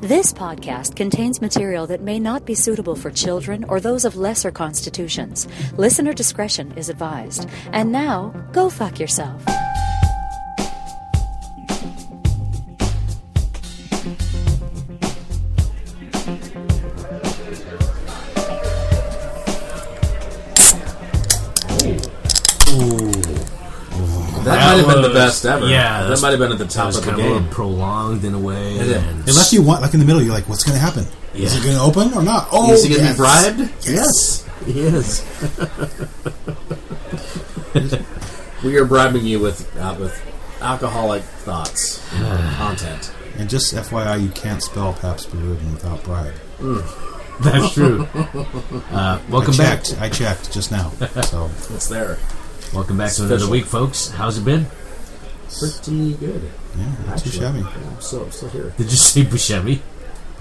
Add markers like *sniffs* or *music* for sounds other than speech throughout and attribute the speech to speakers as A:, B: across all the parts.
A: This podcast contains material that may not be suitable for children or those of lesser constitutions. Listener discretion is advised. And now, go fuck yourself.
B: That, might have been the
C: was-
B: best ever.
C: yeah,
B: that
C: that's-
B: might have been at the top
C: was
B: of the
C: kind of a little
B: game.
C: prolonged in a way. and-
D: Unless you want, like in the middle, you're like, what's going to happen? Is
C: Yeah.
D: it going to open or not? Oh,
B: Is he going to
D: yes.
B: be bribed?
D: Yes.
C: yes,
B: *laughs* We are bribing you with uh, with alcoholic thoughts
C: *sighs*
B: content.
D: And just FYI, you can't spell Pabst Blue Ribbon without bribe.
C: that's
D: *laughs*
C: true. Uh, welcome
D: I
C: back.
D: checked. I checked just now. So
B: It's there.
C: Welcome back to
B: Special.
C: another week, folks. How's it been?
B: Pretty good.
D: yeah, not too
B: actually.
D: shabby.
B: Yeah, I'm still, I'm still here.
C: Did you *laughs* see Buscemi?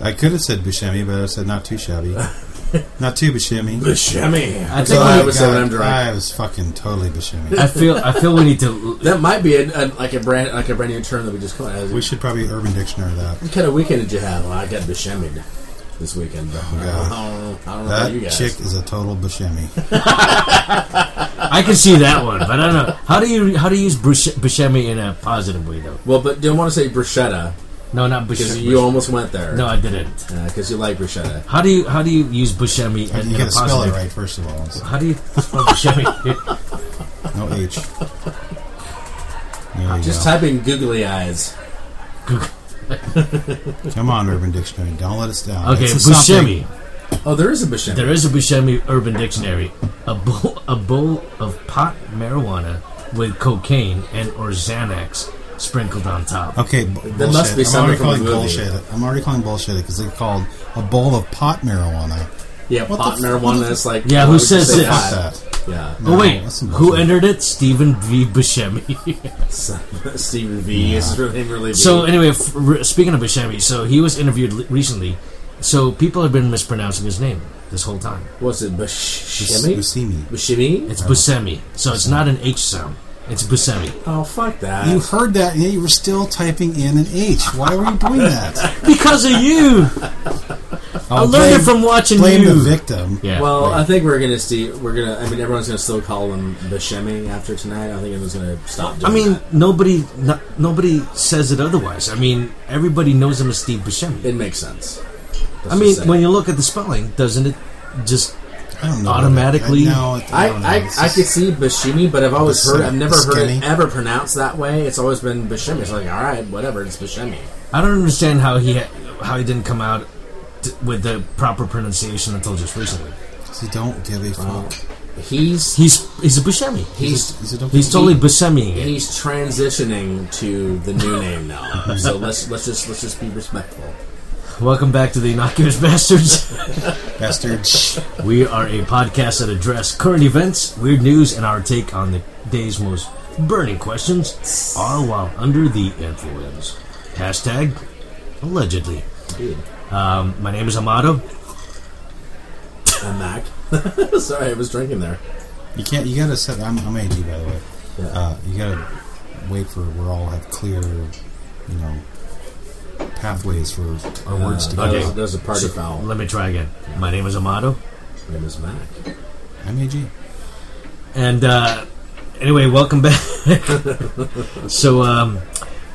D: I could have said Buscemi, but I said not too shabby. not too Buscemi.
B: Buscemi.
C: I
B: That's
C: think
B: all I
C: we-
D: Oh,
B: would say
D: God,
B: when I'm drunk.
D: I was fucking totally Buscemi.
C: I feel. I feel we need to.
B: That might be a, a, like a brand like a brand new term that we just come out.
D: We
B: What
D: should probably Urban Dictionary that.
B: kind of weekend did you have? Well, I got Bashemi'd this weekend. But I, don't,
D: God.
B: know- I don't know about you
D: That
B: guys.
D: chick is a total Buscemi.
C: I can see that one, but I don't know. How do you how do you use Busce- Buscemi in a positive way though?
B: Well, but didn't want to say bruschetta
C: No, not
B: because
C: Buscemi.
B: you almost went there.
C: no, I didn't.
B: because you like bruschetta.
C: How do you how do you use Buscemi in,
D: You
C: in a positive?
D: gotta spell it right first of all. It's
C: How do you spell
D: *laughs*
C: Buscemi?
D: no H. There you
B: Just
D: go.
B: type in googly eyes.
D: Come on, Urban Dictionary. Don't let us down.
C: Okay,
D: It's something.
C: Buscemi.
B: Oh, there is a Bashemi.
C: There is a Buscemi Urban Dictionary. A bowl, a bowl of pot marijuana with cocaine and or Xanax sprinkled on top.
D: Okay, b- bullshit.
B: must be
D: I'm
B: something
D: already
B: from
D: calling
B: the movie.
D: bullshit. I'm already calling bullshit because they called a bowl of pot marijuana.
B: Yeah,
D: What
B: pot
D: the f-
B: marijuana. That's like oh,
C: Yeah, who
B: why would you
C: says
B: say
C: it?
D: Fuck
B: pot?
D: that.
B: Yeah,
C: oh wait,
D: that's some
C: who
D: bullshit.
C: entered it? Stephen V.
D: *laughs*
C: Buscemi.
B: uh, Stephen V. Is his real name really V?
C: so anyway, f- r- speaking of Buscemi, so he was interviewed l- recently. So people have been mispronouncing his name this whole time.
B: what's it?
D: Bus-
B: Bashemi.
D: Buscemi.
B: Bashemi.
D: Oh.
C: It's Buscemi, so it's not an H sound. It's Buscemi
B: Oh fuck that!
D: You heard that, and yet you were still typing in an H. Why were you
B: *laughs*
D: doing that?
C: because of
D: *laughs*
C: you. I
D: I'll
C: learned it from watching
D: blame
C: you.
D: the victim.
C: Yeah.
B: well, I think we're gonna see. We're gonna. I mean, everyone's gonna still call him Bashemi after tonight. I don't think anyone's gonna stop. Doing
C: I mean,
B: that.
C: nobody no, nobody says it otherwise. I mean, everybody knows him as Steve Buscemi.
B: it makes sense.
C: I mean, when you look at the spelling, doesn't it just?
D: I don't know.
C: Automatically-
D: I, no, it- I,
B: I
D: don't know.
B: I,
D: It's
B: I
D: just-
B: could see Bashemi, but I've always
D: Bus-
B: heard. I've never heard
D: Buscemi.
B: it ever pronounced that way. It's always been Bashemi. It's like all right, whatever. It's Bashemi.
C: I don't understand how he ha- how he didn't come out t- with the proper pronunciation until just recently.
D: See, don't give a fuck.
B: He's
C: He's he's a Buscemi.
B: he's
D: Is it okay?
C: He's totally Buscemiing it.
B: He's transitioning to the new name
D: *laughs*
B: now, so let's let's just let's just be respectful.
C: Welcome back to the Innocuous *laughs* Bastards.
D: bastard.
C: we are a podcast that address current events, weird news, and our take on the day's most burning questions, all while under the influence. Hashtag allegedly. Um, my name is Amado.
B: I'm Mac. *laughs* Sorry, I was drinking there.
D: You can't. You gotta set. I'm, I'm AD, by the way. Uh, you gotta wait for we all have clear, you know, pathways for our words to
B: Uh,
D: go.
B: that
C: okay.
B: was- that was a party foul.
C: Let me try again. My name is Amado.
B: My name is Mac.
D: I'm AG.
C: And uh, anyway, welcome back. *laughs* so um,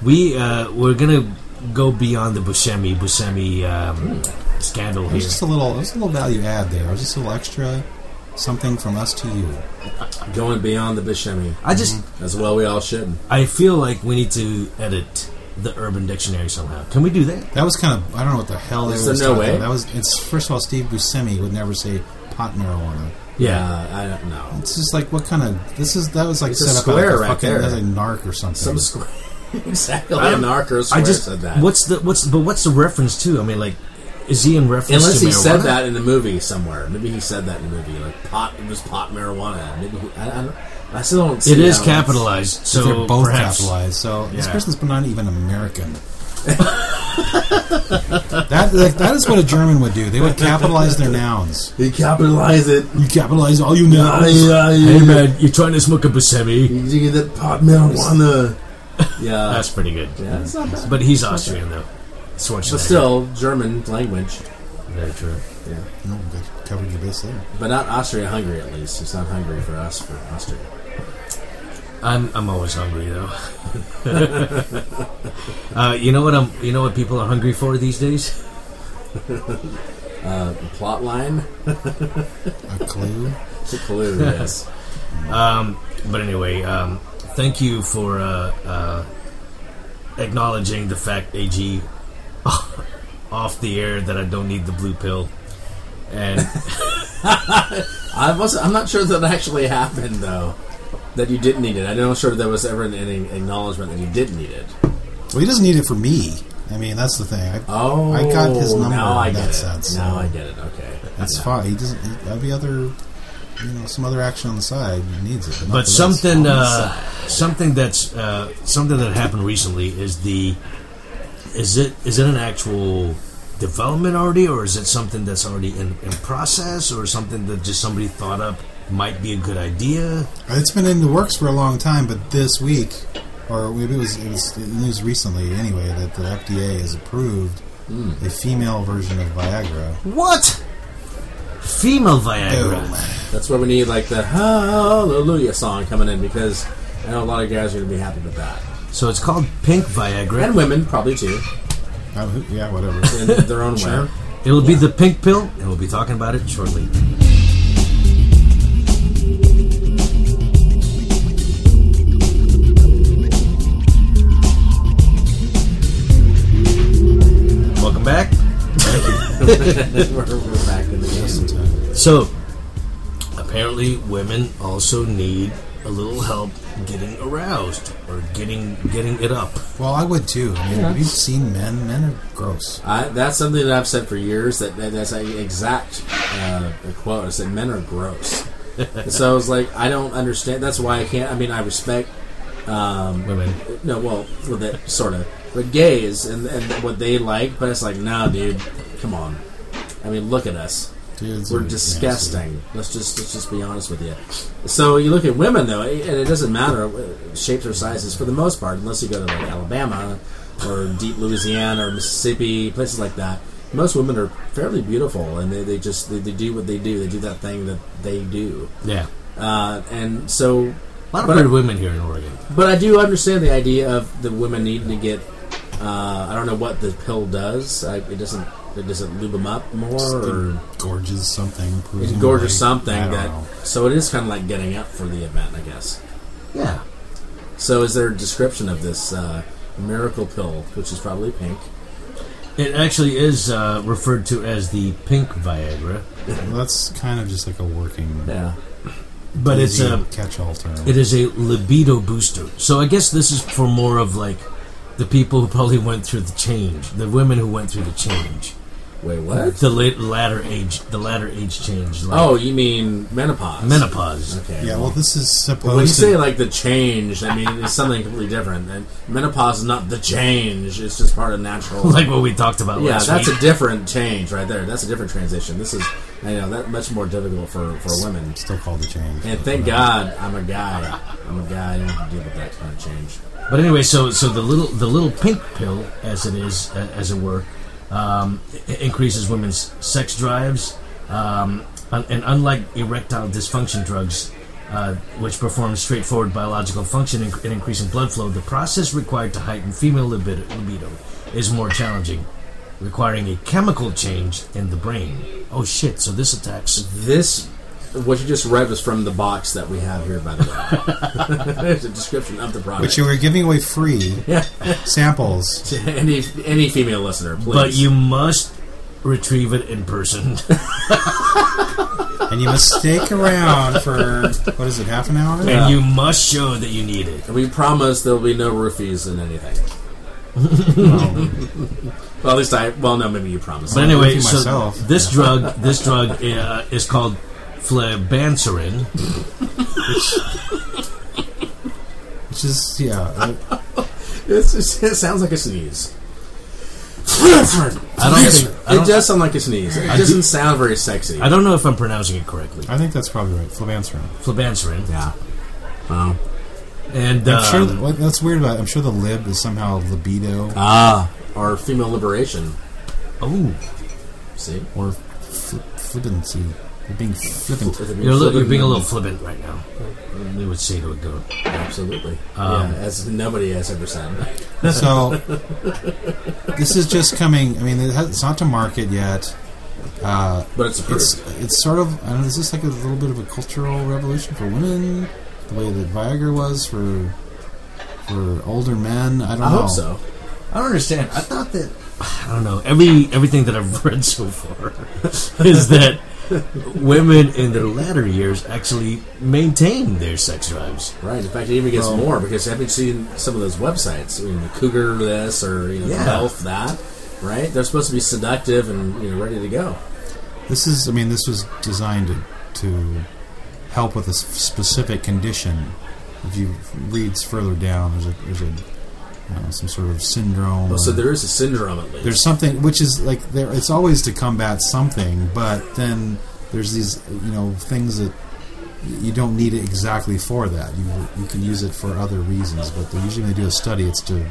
C: we uh, we're gonna go beyond the Buscemi Buscemi um, scandal
D: It was
C: here.
D: just a little. It was a little value add there. It was just a little extra something from us to you.
B: Going beyond the Bishemi,
C: I just
B: as well we all should.
C: I feel like we need to edit the Urban Dictionary somehow. Can we do that?
D: That was kind of. I don't know what the hell they
B: Is
D: were
B: there no
D: talking
B: way?
D: That was. It's first of all, Steve Buscemi would never say pot marijuana.
B: Uh, I don't know.
D: It's just like what kind of. This is that was like
B: It's a
D: set up
B: square
D: like a
B: right
D: fucking
B: there.
D: as a narc or something.
B: Some square. *laughs* exactly.
C: I
B: A
C: don't-
B: narc or a
C: I
B: square
C: just
B: said that.
C: what's the what's but what's the reference to? I mean, like, is he in reference?
B: Unless
C: to
B: he said
C: marijuana?
B: that in a movie somewhere. Maybe he said that in a movie. Like pot. It was pot marijuana. Maybe he, I, I, don't- I still don't. See
C: it is
B: how it's-
C: capitalized.
D: But
C: So
D: they're both
C: perhaps
D: capitalized. So this
C: Yeah.
D: person's not even American. *laughs* that like, that is what a German would do. They would capitalize their nouns.
B: He capitalized it.
D: You capitalize all you nouns.
C: Hey man, you're trying to smoke a Buscemi.
B: You get
C: *laughs*
B: that pot marijuana. Yeah.
C: That's pretty good.
B: yeah, it's not bad.
C: But he's Austrian though. Schwarzenegger.
B: But still, German language.
C: Very true.
B: Yeah.
D: No, that covered your base there.
B: But not Austria-Hungary, at least. It's not Hungary for us, for Austria.
C: I'm, I'm always hungry though. *laughs* uh, you know what I'm you know what people are hungry for these days?
B: The plot line?
D: A clue.
B: It's a clue,
C: *laughs*
B: yes.
C: Um, but anyway, um, thank you for uh, uh, acknowledging the fact, AG, *laughs* off the air that I don't need the blue pill. And
B: I wasn't, I'm not sure that actually happened, though. That you didn't need it. I'm not sure there was ever any acknowledgement that you did need it.
D: Well, he doesn't need it for me. I mean, that's the thing. I,
B: Oh,
D: I got his number
B: Now I
D: in
B: get
D: that
B: it.
D: sense.
B: Now I get it. Okay,
D: that's
B: Yeah.
D: fine. He doesn't. He, that'd be other, you know, some other action on the side. He needs it, but, not
C: but
D: for this.
C: something uh, something that's uh, something that happened recently is the is it is it an actual development already or is it something that's already in, in process or something that just somebody thought up might be a good idea
D: It's been in the works for a long time, but this week, or maybe it was, it was news recently anyway, that the FDA has approved
B: Hmm.
D: a female version of Viagra.
C: what female viagra
B: that's where we need like the Hallelujah song coming in because I know a lot of guys are going to be happy with that,
C: so it's called pink viagra
B: and women probably too,
D: Uh, who-
B: *laughs*
D: yeah, whatever. *laughs*
B: in their own *laughs* way.
C: It'll be the pink pill, and we'll be talking about it shortly. Welcome back.
B: we're, we're back in the game.
C: So, apparently, women also need a little help getting aroused or getting getting it up.
D: well, I would too. I mean, have you seen men? Men are gross.
B: I, that's something that I've said for years. That that- that's an exact uh, quote. I said men are
D: *laughs*
B: gross. so I was like, I don't understand. That's why I can't. I mean, I respect
C: Women,
B: No, well, well that sort of, but gays and, and what they like. But it's like, nah, dude, come on. I mean, look at us.
D: Dudes
B: We're
D: are nasty.
B: disgusting. Let's just let's just be honest with you. So you look at women though, and it doesn't matter uh, shapes or sizes for the most part, unless you go to like Alabama or deep Louisiana or Mississippi, places like that. Most women are fairly beautiful, and they, they just they, they do what they do. They do that thing that they do,
C: yeah,
B: uh, and so
C: a lot of
B: But-
C: weird women here in Oregon.
B: but I do understand the idea of the women needing to get. Uh, I don't know what the pill does. I, it doesn't. It doesn't lube them up more, or
D: Gorges something.
B: it
D: presumably.
B: gorges
D: I
B: something
D: don't
B: that.
D: know.
B: So it is kind of like getting up for the event, I guess.
C: Yeah,
B: So is there a description of this uh, miracle pill, which is probably pink?
C: it actually is uh, referred to as the pink Viagra.
D: Well, that's kind of just like a working.
B: Yeah.
C: but it's
D: easy
B: um,
C: a
D: catch-all term.
C: it is a libido booster. So I guess this is for more of like the people who probably went through the change, the women who went through the change,
B: Wait, what?
C: the late, latter age, the latter age change, like
B: Oh, you mean menopause? Oh.
C: menopause.
B: Okay.
D: yeah. Well, this is supposed.
B: When you
D: to,
B: say like the change, I mean it's something completely different. And menopause is not the change; it's just part of natural.
C: Like what we talked about
B: Yeah,
C: last
B: that's
C: week.
B: a different change right there. That's a different transition. This is, I know, that much more difficult for, for women.
D: still called the change.
B: And thank God I'm a guy. I'm a guy. I don't have to deal with that kind of change.
C: But anyway, so so the little the little pink pill, as it is, uh, as it were, um, i- increases women's sex drives, um, un- and unlike erectile dysfunction drugs, uh, which perform straightforward biological function in, in increasing blood flow, the process required to heighten female libido, libido is more challenging, requiring a chemical change in the brain. Oh shit! So this attacks.
B: This, what you just read was from the box that we have here, by the way. *laughs* There's a description of the product.
D: Which you were giving away free samples.
B: To any, any female listener, please.
C: But you must retrieve it in person. *laughs*
D: and you must stake around for what is it, half an hour?
B: Yeah.
C: And you must show that you need it.
B: We promise there'll be no roofies in
C: *laughs*
B: anything. well, at least I. Well, no, maybe you promise.
C: But anyway,
D: with
C: so
D: myself.
C: this drug, this drug uh, is called flebanserin.
D: Which is yeah, uh,
B: It's, it's, it sounds like a sneeze.
C: I don't think, I
B: It
C: don't,
B: does sound like a sneeze. It
C: I
B: doesn't
C: do-
B: sound very sexy.
C: I don't know if I'm pronouncing it correctly.
D: I think that's probably right. Flavanserin.
C: Flebanserin,
B: Yeah. Wow.
C: and
D: I'm sure
C: um,
D: what, that's weird about. It. I'm sure the lib is somehow libido.
B: Ah. or female liberation.
C: Oh,
B: See,
D: or fl- flippancy. They're being flippant.
C: you're, a little, you're being a little flippant right now. They would say to a goat.
B: absolutely.
C: Um,
B: yeah, as nobody has ever said. *laughs*
D: So this is just coming. I mean, it has, it's not to market yet. Uh,
B: But it's approved.
D: it's it's sort of. I don't know. Is this like a little bit of a cultural revolution for women? The way that Viagra was for for older men. I don't
B: I
D: know.
B: hope so.
C: Oh. I don't understand. I thought that *sighs* I don't know. Every everything that I've *laughs* read so far is that women in their latter years actually maintain their sex drives.
B: Right. In fact, it even gets
D: Well-
B: more because haven't you seen some of those websites, you know, the Cougar this or you know,
C: Yeah.
B: Elf that. Right? They're supposed to be seductive and you know ready to go.
D: This is. I mean, this was designed to, to help with a s- specific condition. If you reads further down, there's a there's a you know, some sort of syndrome.
B: Well,
D: or-
B: Oh, so there is a syndrome at least.
D: there's something which is like there it's always to combat something but then there's these you know things that you don't need it exactly for that you, you can use it for other reasons but they, usually when they do a study it's to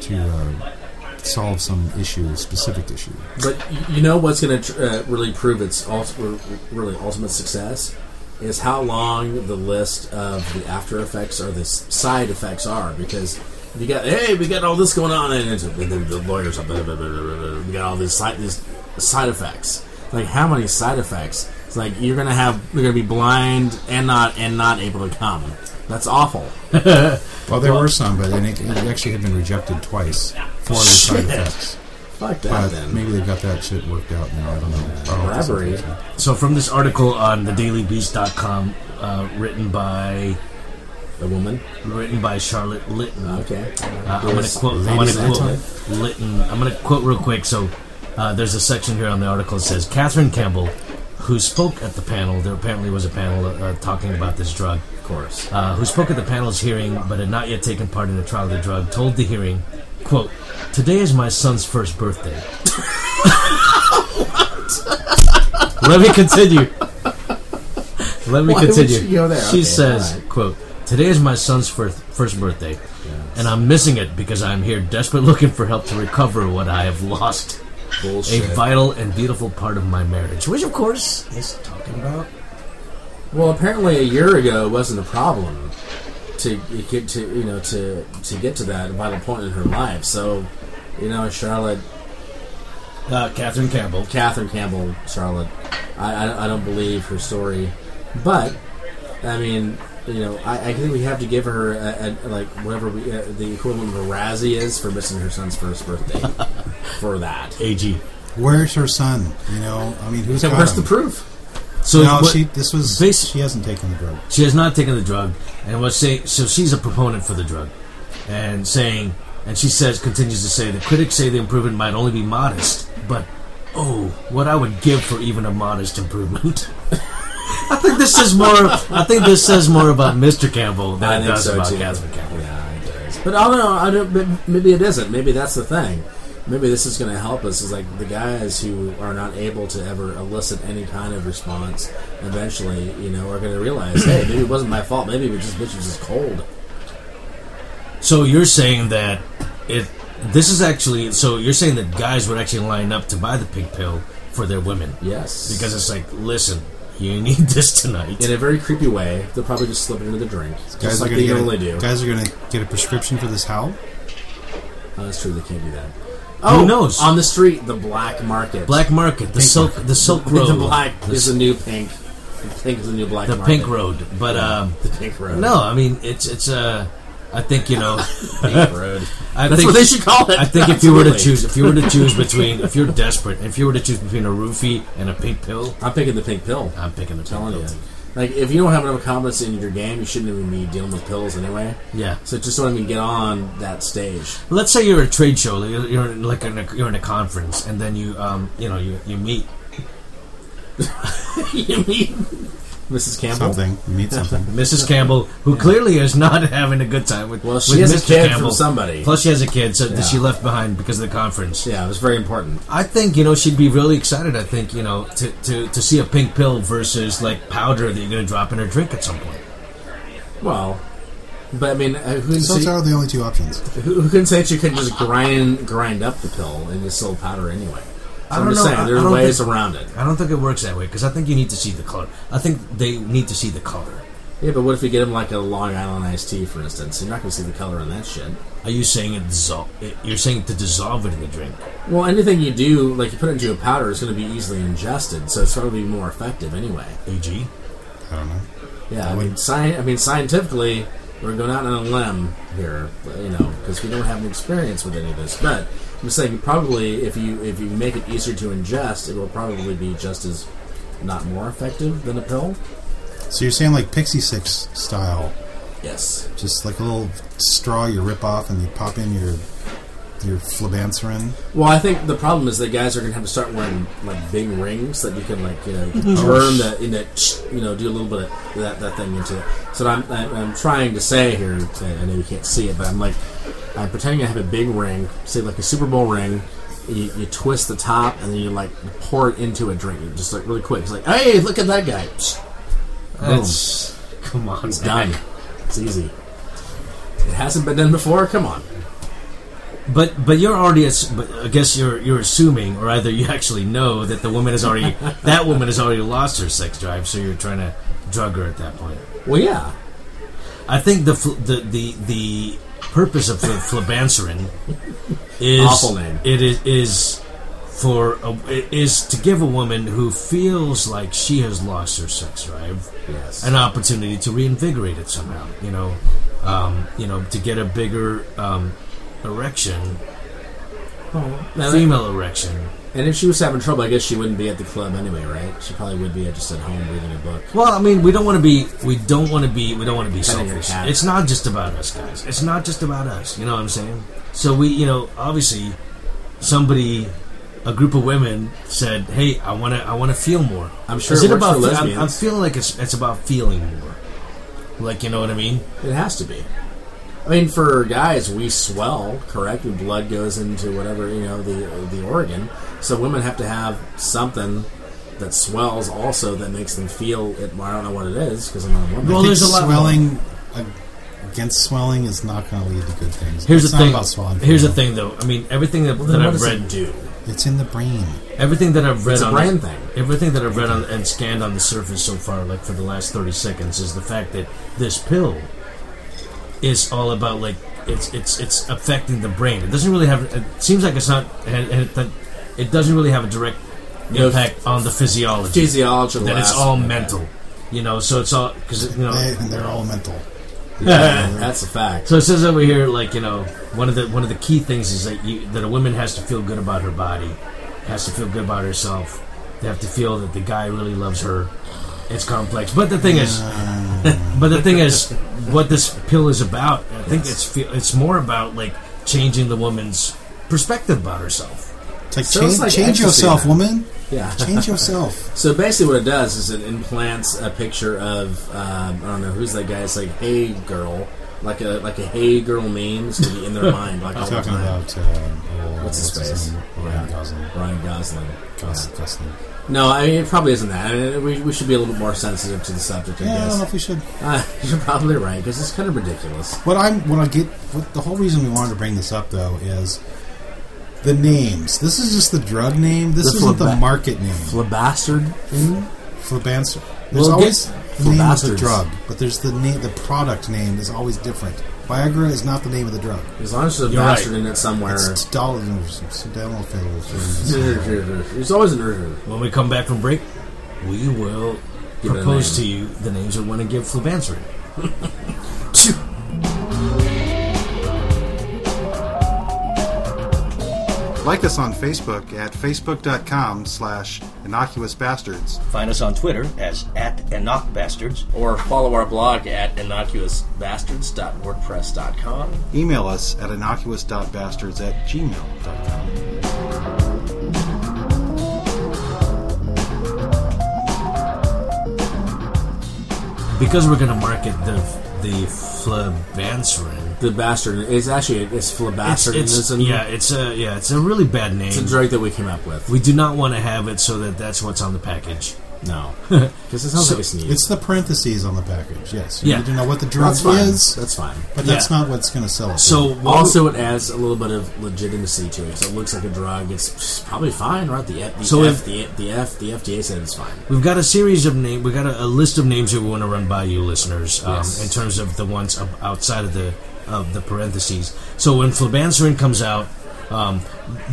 D: to uh, solve some issue a specific issue
B: But y- you know what's going to tr- uh, really prove its ult- r- really ultimate success is how long the list of the after effects or the s- side effects are. Because you got hey, we got all this going on, and, it's, and then the lawyers are blah, blah, blah, blah, blah, blah. we got all these side these side effects. Like how many side effects? It's like you're gonna have you're gonna be blind and not and not able to come. That's awful.
D: well there were some but it, it actually had been rejected twice for the side
B: Shit.
D: effects
B: Fuck that.
D: but
B: then
D: maybe they've got that shit worked out now I don't know I don't know if that's
B: Bribery.
D: okay.
C: So from this article on thedailybeast.com uh, written by
B: a woman.
C: written by Charlotte Litton.
B: Okay.
C: Uh, I'm going to
B: Yes.
C: quote. I'm going
D: Ladies
C: to
D: and
C: quote Litton. I'm going to quote real quick. So uh, there's a section here on the article that says Catherine Campbell, who spoke at the panel. There apparently was a panel uh, talking about this drug.
B: Of course.
C: uh, who spoke at the panel's hearing but had not yet taken part in the trial of the drug, told the hearing, quote, Today is my son's first birthday. *laughs* Let me continue. Let me
B: Why would
C: continue.
B: you go there?
C: She
B: Okay,
C: says,
B: alright.
C: quote, Today is my son's first, first birthday, and I'm missing it because I'm here desperate looking for help to recover what I have lost.
B: Bullshit.
C: A vital and beautiful part of my marriage, which of course is talking about
B: Well, apparently a year ago it wasn't a problem to get to you know to to get to that vital point in her life. So, you know, Charlotte,
C: uh, Catherine Campbell.
B: Catherine Campbell, Charlotte, I, I, I don't believe her story, but I mean, you know, I, I think we have to give her a, a, like whatever we, uh, the equivalent of a Razzie is for missing her son's first birthday for that.
C: AG.
D: where's her son you know I mean who's
B: So
D: got
B: where's
D: him?
B: the proof?
C: So
D: no,
C: what-
D: she. This was.
C: Basi-
D: she hasn't taken the drug.
C: She has not taken the drug, and was saying so. She's a proponent for the drug, and saying, and she says, continues to say, the critics say the improvement might only be modest, but oh, what I would give for even a modest improvement. *laughs* I think this is more. I think this says more about Mr. Campbell
B: I
C: than it
B: think
C: does
B: so,
C: about
B: too.
C: Catherine Campbell.
B: Yeah, it does. But I don't know. I don't. but Maybe it isn't. Maybe that's the thing. Maybe this is going to help us. Is like the guys who are not able to ever elicit any kind of response. Eventually, you know, are going to realize, hey, maybe it wasn't my fault. Maybe it was just bitch was just cold.
C: So you're saying that it. This is actually. So you're saying that guys would actually line up to buy the pink pill for their women
B: Yes,
C: because it's like, listen, you need this tonight.
B: in a very creepy way, they'll probably just slip it into the drink, just
D: are
B: like
D: gonna
B: they
D: get a-
B: normally do.
D: Guys are going to get a prescription for this howl.
B: Oh, that's true. They can't do that. Oh,
C: knows?
B: On the street, the black market.
C: Black Market, the Silk, the Silk Road,
B: The black
C: the,
B: is the new pink. Pink is the new black.
C: the
B: market.
C: Pink Road. But um,
B: The pink road.
C: no, I mean it's it's Uh, I think
B: *laughs*
C: you know.
B: pink road.
C: I
B: That's
C: think,
B: what they should call it.
C: I think if you were to
B: Absolutely.
C: choose, if you were to
B: *laughs*
C: choose between, if you're desperate, if you were to choose between a roofie and a pink pill,
B: I'm picking the pink pill.
C: I'm picking the
B: I'm
C: pink
B: telling
C: pill.
B: you. Like, if you don't have enough confidence in your game, you shouldn't even be dealing with pills anyway.
C: Yeah.
B: So just don't even get on that stage. *laughs*
C: Let's say you're at a trade show, you're, you're in like in a, you're in a conference, and then you um you know you, you meet
B: you mean Mrs. Campbell?
D: Something. Meet
B: *laughs*
D: something.
C: Mrs. Campbell, who clearly is not *laughs* having a good time with
B: Well,
C: with
B: she has a
C: Mr.
B: kid from
C: Campbell.
B: somebody.
C: Plus, she has a kid, so
B: Yeah.
C: that she left behind because of the conference.
B: Yeah, it was very important.
C: I think you know she'd be really excited. I think you know to, to, to see a pink pill versus like powder that you're gonna drop in her drink at some point.
B: Well, But I mean, uh, who, so
D: So those are the only two options.
B: who, who can say that you couldn't just grind grind up the pill and just sold powder anyway? So
C: I
B: I'm
C: don't
B: just
C: know. I-
B: saying,
C: I
B: there's
C: don't
B: ways
C: think-
B: around it.
C: I don't think it works that way because I think you need to see the color. I think they need to see the color.
B: Yeah, but what if you get him like a Long Island iced tea, for instance? You're not going to see the color in that shit.
C: Are you saying it dissolve? You're saying to dissolve it in the drink.
B: Well, anything you do, like you put it into a powder, is going to be easily ingested, so it's going to be more effective anyway.
C: Ag.
D: I don't know.
B: Yeah, I
D: Wait.
B: mean, sci- I mean, scientifically, we're going out on a limb here, you know, because we don't have any experience with any of this. But I'm just saying, probably if you if you make it easier to ingest, it will probably be just as not more effective than a pill.
D: So you're saying like Pixie Six style,
B: Yes.
D: just like a little straw you rip off and you pop in your your flabanserin.
B: Well, I think the problem is that guys are going to have to start wearing like big rings that you can like you know you can turn the in that you know *sniffs* do a little bit of that, that thing into it. So what I'm I'm I'm trying to say here. I know you can't see it, but I'm like I'm pretending I have a big ring, say like a Super Bowl ring. You, you twist the top and then you like pour it into a drink, You just like really quick. It's like, hey, look at that guy. *sniffs*
C: That's *laughs* come on.
B: It's done. It's easy. It hasn't been done before. Come on.
C: But but you're already. ass- But I guess you're you're assuming, or either you actually know that the woman has *laughs* already that woman has already lost her sex drive, so you're trying to drug her at that point.
B: Well, yeah.
C: I think the fl- the the, the purpose of the flabanserin is
B: Awful name.
C: It is is for a, it is to give a woman who feels like she has lost her sex drive
B: Yes.
C: an opportunity to reinvigorate it somehow. You know, um, you know, to get a bigger um, erection,
B: Now,
C: female erection.
B: And if she was having trouble, I guess she wouldn't be at the club anyway, right? She probably would be just at home reading a book.
C: Well, I mean, we don't want to be, we don't want to be, we don't want to be
B: Petting your
C: selfish.
B: cat.
C: It's not just about us, guys. It's not just about us. You know what I'm saying? So we, you know, obviously, somebody, a group of women said, "Hey, I want to, I want to feel more."
B: I'm sure
C: Is
B: it works
C: about?
B: for
C: I'm, I'm
B: lesbians.
C: feeling like it's, it's about feeling more. Like you know what I mean?
B: It has to be. I mean, for guys, we swell, correct? And blood goes into whatever you know the the organ. So women have to have something that swells also that makes them feel it. Well, I don't know what it is because I'm not a woman.
C: Well,
D: I think
C: Oh, there's a lot more.
D: swelling ag- against swelling is not going to lead to good things.
C: Here's
D: it's
C: the
D: not
C: thing.
D: about swelling. for
C: Here's
D: me.
C: the thing, though. I mean, everything that,
B: Then
C: that
B: what
C: I've
B: does
C: read
B: it do?
D: It's in the brain.
C: Everything that I've read
B: It's a
C: on
B: brand thing.
C: everything that I've read on and scanned on the surface so far, like for the last thirty seconds, is the fact that this pill is all about like it's it's it's affecting the brain. It doesn't really have. It seems like it's not. and- and It, it doesn't really have a direct
B: No,
C: impact on the physiology.
B: Physiology.
C: That it's
B: *laughs*
C: all mental, you know. So it's all because you
D: They,
C: know.
D: and they're all mental.
B: That's a fact.
C: So it says over here, like you know, one of the one of the key things is that you that a woman has to feel good about her body, has to feel good about herself. They have to feel that the guy really loves her. It's complex, but the thing is, *laughs* but the thing is, what this pill is about, I think it's fe- it's more about like changing the woman's perspective about herself.
D: It's like,
B: So
D: change,
B: it's like
D: change
B: ecstasy
D: yourself,
B: then.
C: *laughs*
D: woman.
B: Yeah.
D: Change yourself.
B: So basically, what it does is it implants a picture of um, I don't know who's that guy. It's like "Hey girl," like a like a "Hey girl" meme is gonna be in
D: *laughs*
B: their mind like all the
D: Talking
B: time.
D: about uh, uh,
B: What's his face?
D: name? Ryan Gosling.
B: Ryan Gosling.
D: Gos- Gosling.
B: No, I mean it probably isn't that. I mean, we, we should be a little bit more sensitive to the subject. I
D: Yeah, I don't know
B: guess
D: if we should.
B: *laughs* uh, you're probably right because it's kind of ridiculous.
D: What I'm, what I get, what the whole reason we wanted to bring this up though is the names. This is just the drug name. This
B: The
D: isn't the
B: flaba-
D: market name.
B: Flabastard.
D: Flabanser. There's
C: Well,
D: always the name of the
B: Flabasters.
D: drug, but there's the name, the product name is always different. Viagra is not the name of the drug.
B: As long as there's a
C: You're
B: bastard
C: right.
B: in it somewhere.
D: It's dollar. It's dollar
B: *laughs* There's always an urge.
C: When we come back from break, we will
B: Give it a
C: propose to
B: name.
C: you the names we want to give flubanserin.
E: *laughs*
B: *laughs*
E: Like us on Facebook at facebook.com slash innocuous bastards.
C: Find us on Twitter as at Bastards.
B: Or follow our blog at innocuousbastards.wordpress.com.
E: Email us at innocuous.bastards at gmail.com.
C: because we're going to market the the flabanserin.
B: The bastard. It's actually it's
C: It's,
B: flabastardism.
C: it's, yeah, it's a yeah, it's a really bad name.
B: It's a drug that we came up with.
C: we do not want to have it so that that's what's on the package. *laughs*
B: No, because it sounds
C: So,
B: like a sneeze.
D: It's the parentheses on the package. Yes, you
C: Yeah.
D: need to know what the drug
B: that's fine.
D: is,
B: That's fine.
D: but that's
C: Yeah.
D: not what's going to sell it.
C: So what
B: Also, it adds a little bit of legitimacy to it. So it looks like a drug. It's probably fine, right? The F, the,
C: So
B: F,
C: if-
B: the, E, the F, the FDA said it's fine.
C: We've got a series of name. We've got a, a list of names that we want to run by you, listeners, um,
B: Yes.
C: in terms of the ones up outside of the of the parentheses. So when flibanserin comes out, um,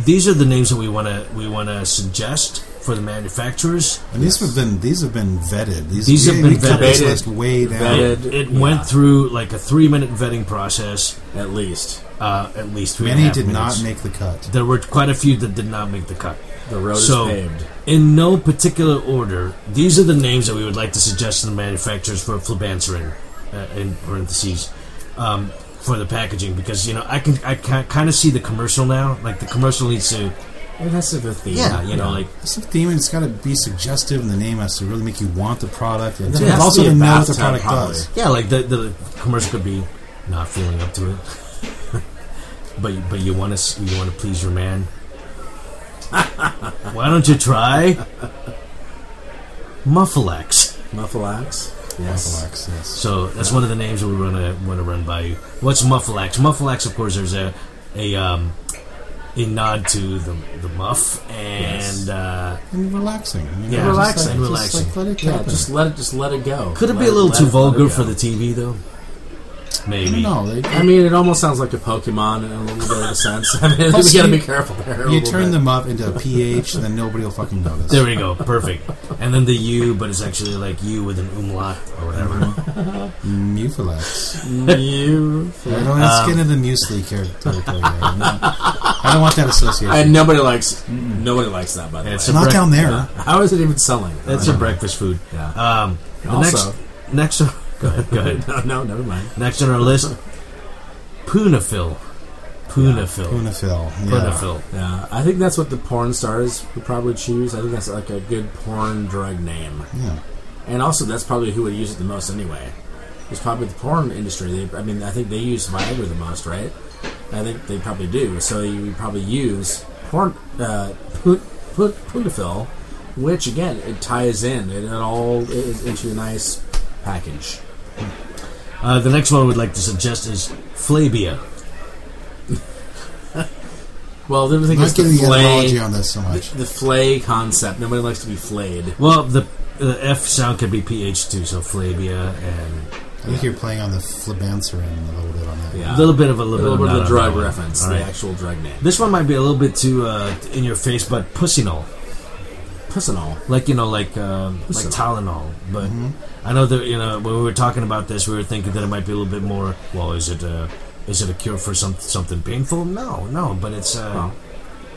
C: these are the names that we want to we want to suggest for the manufacturers.
D: and these have been these have been vetted. These,
C: These have
D: we-
C: been
D: we cut this
B: vetted.
D: list way down.
B: Vetted.
C: It, it
B: Yeah.
C: went through like a three minute vetting process,
B: At least
C: uh, at least three. and a
D: Many
C: half
D: did
C: minutes.
D: not make the cut.
C: There were quite a few that did not make the cut.
B: the road
C: So-
B: is paved.
C: In no particular order, these are the names that we would like to suggest to the manufacturers for flibanserin, uh, in parentheses, um, for the packaging because you know I can I kind of see the commercial now. Like the commercial needs to,
B: It has to be a theme.
C: yeah, you know,
B: Yeah.
C: like
D: It's a theme, and it's got to be suggestive, and the name has to really make you want the product, and
B: It
D: it's
B: has to
D: also
B: be a
D: to know what the
B: bathtub,
D: product
B: probably.
D: does.
C: yeah, like the the commercial could be not feeling up to it, *laughs* but but you want to you want to please your man. *laughs* Why don't you try *laughs* Muffalax?
B: Muffalax. Yes.
D: Muffalax, yes.
C: So that's one of the names that we want to want to run by you. What's Muffalax? Muffalax, of course, there's a a um, a nod to the the muff and
B: Yes.
C: uh,
D: And relaxing. you
C: Yeah,
D: know, just
B: relaxing,
D: like- just
C: relaxing.
D: like let it
B: Yeah,
D: happen.
B: just let it. Just let it go.
C: could it
B: Let
C: be a little
B: let
C: too
B: it- let
C: vulgar
B: it
C: for
B: go.
C: the TV though?
D: I
C: Maybe.
D: don't know. They,
B: I mean, it almost sounds like a Pokemon in a little bit of a sense. *laughs* I mean,
D: Plus
B: we got to
D: you-
B: be careful there. a
D: You
B: little
D: turn
B: bit.
D: them up into a pH, then nobody will fucking notice.
C: There we go. Perfect. and then the U, but it's actually like U with an umlaut or whatever.
B: Mm-hmm.
D: Mucilax.
B: *laughs* you.
D: I don't let's
B: Um,
D: get into the muesli character. territory. I'm not- I don't
B: *laughs*
D: want that association.
B: And nobody likes. Nobody likes that. By the
C: It's
B: way,
C: a
D: not
C: breakfast-
D: down there.
B: *laughs* how is it even selling?
C: That's a breakfast food.
B: *laughs* Yeah.
C: Um, the
B: Also-
C: next next on- go ahead, go
B: *laughs*
C: ahead.
B: no, no, never mind.
C: Next on our list, Punafil. Punafil.
D: Punafil. Yeah.
C: Punafil.
B: Yeah, I think that's what the porn stars would probably choose. I think that's like a good porn drug name,
D: yeah.
B: and also that's probably who would use it the most anyway. It's probably the porn industry. They, I mean, I think they use Viagra the most, right? I think they probably do. So you would probably use porn uh, put put Putafil, which again it ties in. It, it all is into a nice package.
C: Uh, the next one we'd like to suggest is Flabia.
B: Well, the other thing
D: I'm
B: is
D: not getting
B: the
D: the etymology
B: flay,
D: on this so much.
B: the flay concept. Nobody likes to be flayed.
C: Well, the, the F sound could be PH too, so Flabia and
D: I think you're playing on the flibanserin a little bit on that.
B: Yeah.
C: a little bit of a little,
B: A little bit of
C: nod
B: the
C: on
B: drug
C: that one.
B: reference,
C: All
B: the
C: right.
B: actual drug name.
C: This one might be a little bit too uh, in your face, but Pussinol.
B: Pissanol.
C: Like, you know, like um, like Tylenol. But
B: Mm-hmm.
C: I know that, you know, when we were talking about this, we were thinking that it might be a little bit more, well, is it a, is it a cure for some, something painful? No, no, but it's. Uh,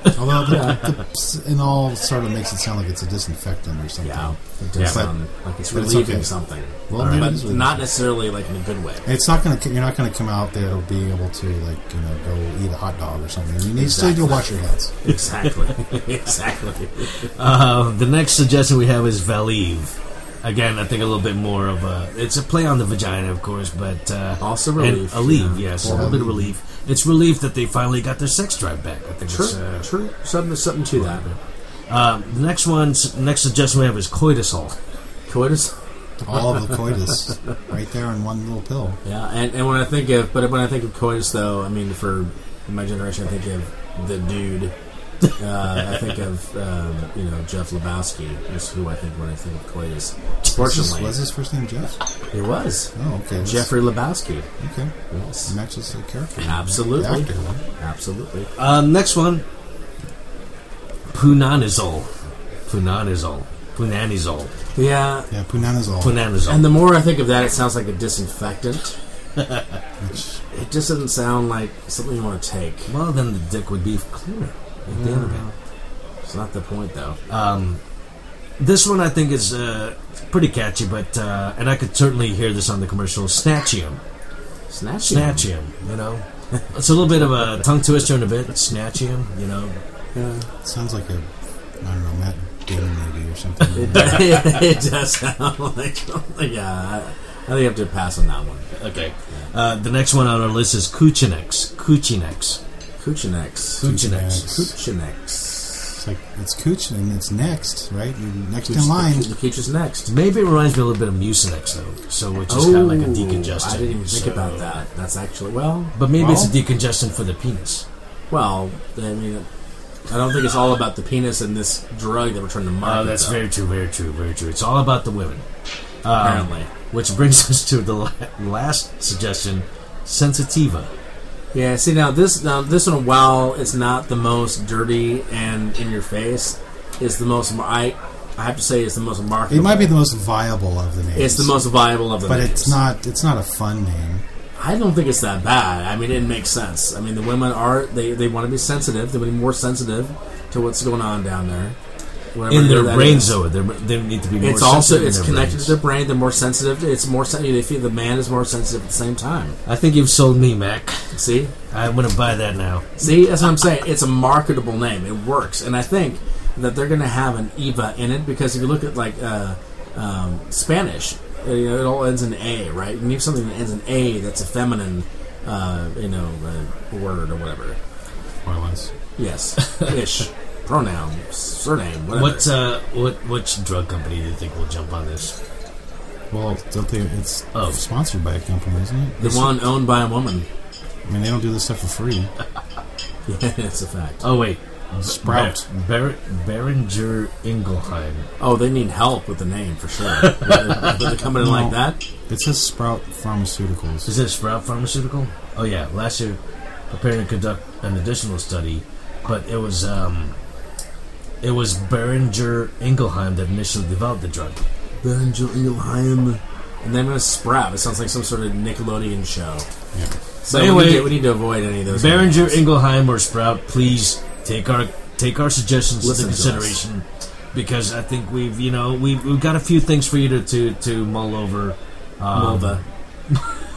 B: Well,
D: Although the, the ps- and all sort of makes it sound like it's a disinfectant or something.
B: Yeah. It
C: Yeah.
B: does sound like it's
D: but it's
B: relieving
D: okay.
B: something.
D: Well, maybe
B: But
D: it is really
B: not necessarily like in a good way. *laughs*
D: It's not gonna. You're not gonna come out there to be able to like you know go eat a hot dog or something. You need
B: Exactly.
D: still to wash your hands.
B: Exactly. exactly.
C: Uh, the next suggestion we have is Valive. Again, I think a little bit more of a. It's a play on the vagina, of course, but uh,
B: Also
C: and
B: relief,
C: Aleve,
B: yeah.
C: yes,
D: Or
C: a little bit
D: Aleve.
C: of relief. It's relief that they finally got their sex drive back. I think
B: True.
C: it's. Uh,
B: True. Something, something to that.
C: um, the next one, next suggestion we have is coitusol.
B: Coitus.
D: All of the coitus right there in one little pill.
B: Yeah. And, and when I think of, but when I think of coitus, though, I mean, for my generation, I think of the dude. Uh, I think of um, you know Jeff Lebowski is who I think when I think of coitus.
D: Was his,
B: Fortunately,
D: was his first name Jeff?
B: it was
D: Oh, okay. that's-
B: Jeffrey Lebowski.
D: Okay,
B: Yes.
D: matches the character. The
B: Absolutely.
D: actor. huh?
B: Absolutely.
C: Uh, next one, punanizol, punanizol, punanizol,
B: Yeah.
D: Yeah, Punanazole.
C: punanizol.
B: And the more I think of that, it sounds like a *laughs* disinfectant. it just doesn't sound like something you want to take.
C: well, then the dick would be cleaner. at the end of it.
B: It's not the point, though.
C: Um, this one I think is uh, pretty catchy, but uh, and I could certainly hear this on the commercial. Snatchium,
B: Snatch
C: snatchium, you know. *laughs* It's a little bit of a tongue twister in a bit. Snatchium, you know.
D: Sounds like a I don't know Matt Damon movie or
B: *laughs*
D: something.
B: *laughs* it does sound like. Yeah, I, I think I have to pass on that one.
C: Okay. Uh, the next one on our list is Kuchinex. Kuchinex.
B: Kuchinex.
C: Kuchinex.
B: Kuchinex.
D: It's like it's Cooch and it's next, right? You're next
B: Cooch-
D: in line.
B: The Cooch is next.
C: Maybe it reminds me a little bit of Mucinex, though. So, which is kind of like a decongestant.
B: Oh, I didn't even think
C: so-
B: about that. That's actually well,
C: But maybe it's a
D: Well-
C: decongestant for the penis.
B: well. I mean, I don't think it's all about the penis and this drug that we're trying to market.
C: Oh, that's
B: though,
C: very true, very true, very true. It's all about the women. Um,
B: apparently.
C: which brings *laughs* us to the la- last suggestion, sensitiva.
B: Yeah, see now this now this one while it's not the most dirty and in your face, is the most I I have to say it's the most marketable.
D: It might be the most viable of the names.
B: it's the most viable of the
D: but
B: names.
D: it's not. It's not a fun name.
B: I don't think it's that bad. I mean, it makes sense. I mean, the women are they they want to be sensitive. They want to be more sensitive to what's going on down there. Whatever
C: In their
B: that
C: brain
B: is.
C: zone, They're- they need to be more
B: It's also
C: sensitive in
B: it's
C: their
B: connected
C: brains.
B: to their brain. They're more sensitive. It's more sen- they feel the man is more sensitive at the same time.
C: I think you've sold me, Mac.
B: See,
C: I'm going to buy that now.
B: See, that's what I'm saying. It's a marketable name. It works, and I think that they're going to have an Eva in it because if you look at like uh, um, Spanish, uh, you know, it all ends in a, right? You need something that ends in a that's a feminine, uh, you know, uh, word or whatever.
D: More or less.
C: *laughs*
B: Yes, ish, pronoun, surname, whatever.
C: What uh, what which drug company do you think will jump on this?
D: Well, don't they, it's
C: Oh.
D: sponsored by a company, isn't it?
B: the one owned by a woman. *laughs*
D: I mean, they don't do this stuff for free.
B: Uh, Yeah, that's a fact.
C: Oh wait,
D: Sprout.
C: Ber- Ber- Behringer Ingelheim.
B: Oh, they need help with the name for sure.
C: *laughs*
B: with a with a company
D: No.
B: like that,
D: It says Sprout Pharmaceuticals.
C: Is it Sprout Pharmaceutical? Oh yeah, last year preparing to conduct an additional study, but it was um, it was Behringer Ingelheim that initially developed the drug.
B: Benjamin and then it's Sprout. It sounds like some sort of Nickelodeon show.
D: Yeah.
B: So
C: But
B: we, need
C: anyway,
B: to, we need to avoid any of those.
C: Behringer
B: names.
C: Ingelheim or Sprout, please take our take our suggestions
B: Listen to
C: into
B: us.
C: consideration because I think we've you know we've, we've got a few things for you to to, to mull over. Um,
B: Mulva.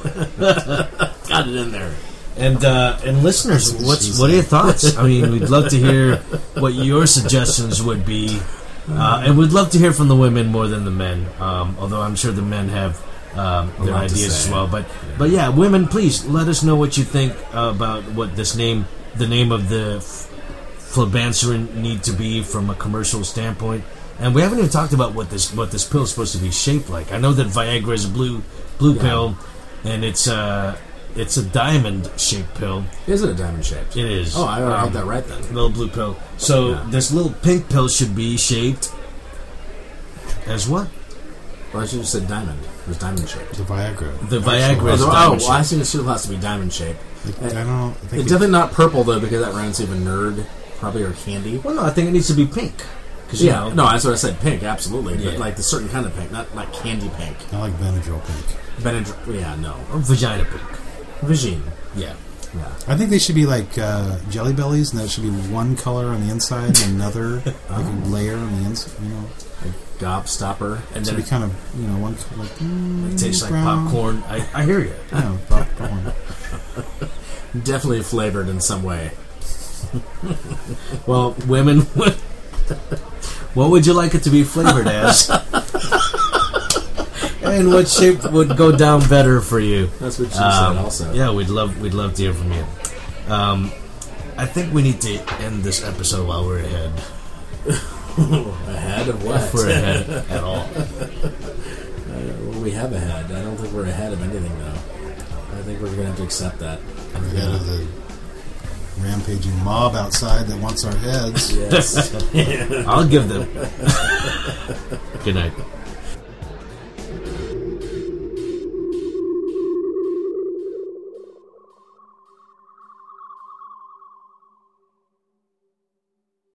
B: *laughs* Got it in there.
C: And uh, and listeners,
D: That's what she
C: what's what are your thoughts? I mean, we'd love
B: *laughs*
C: to hear what your suggestions would be, uh, and we'd love to hear from the women more than the men. Um, although I'm sure the men have um, their
B: lot to
C: ideas
B: say.
C: as well. But but yeah, women, please let us know what you think about what this name, the name of the f- flibanserin, need to be from a commercial standpoint. And we haven't even talked about what this what this pill is supposed to be shaped like. I know that Viagra is a blue blue pill, and it's uh it's a diamond shaped pill.
B: Is it a diamond shaped?
C: It is.
B: Oh, I already
C: Um,
B: got that right then.
C: Little blue pill. So
B: Yeah.
C: this little pink pill should be shaped as what?
B: Well, I should have said diamond. It was diamond shaped.
D: The Viagra.
C: The
D: Actual-
C: Viagra
B: Oh,
C: is
B: the- oh,
C: diamond
B: well, I assume it still has to be diamond shaped.
D: Like, I don't know. I
B: It's
D: think it-
B: definitely not purple though, because that rounds even nerd, probably or candy.
C: Well, no, I think it needs to be pink. 'Cause, you
B: Yeah,
C: know,
B: no, that's what I said. Pink, absolutely,
C: Yeah.
B: but like the certain kind of pink, not like candy pink.
D: I like Benadryl pink.
B: Benadryl, yeah, no,
C: or vagina pink.
B: Vagine,
C: Yeah.
B: yeah.
D: I think they should be like uh, jelly bellies, and that should be one color on the inside, and another
B: *laughs*
D: like a layer on the inside. You know,
B: Gobstopper, and
D: to
B: then
D: be kind of you know one co- like mm,
C: It tastes like
D: brown.
C: popcorn. I, I hear *coughs* you.
D: You know, popcorn.
B: definitely flavored in some way.
C: Well, women, *laughs* what, what would you like it to be flavored *laughs* as? and what shape would go down better for you?
B: That's what she
C: Um,
B: said. Also,
C: Yeah, we'd love we'd love to hear from you. Um, I think we need to end this episode while we're ahead.
B: ahead of what?
C: If we're ahead at all.
B: Well, we have ahead. I don't think we're ahead of anything, though. I think we're going to have to accept *laughs* that.
D: Head of the rampaging mob outside that wants our heads.
B: Yes.
C: I'll give them. Good night.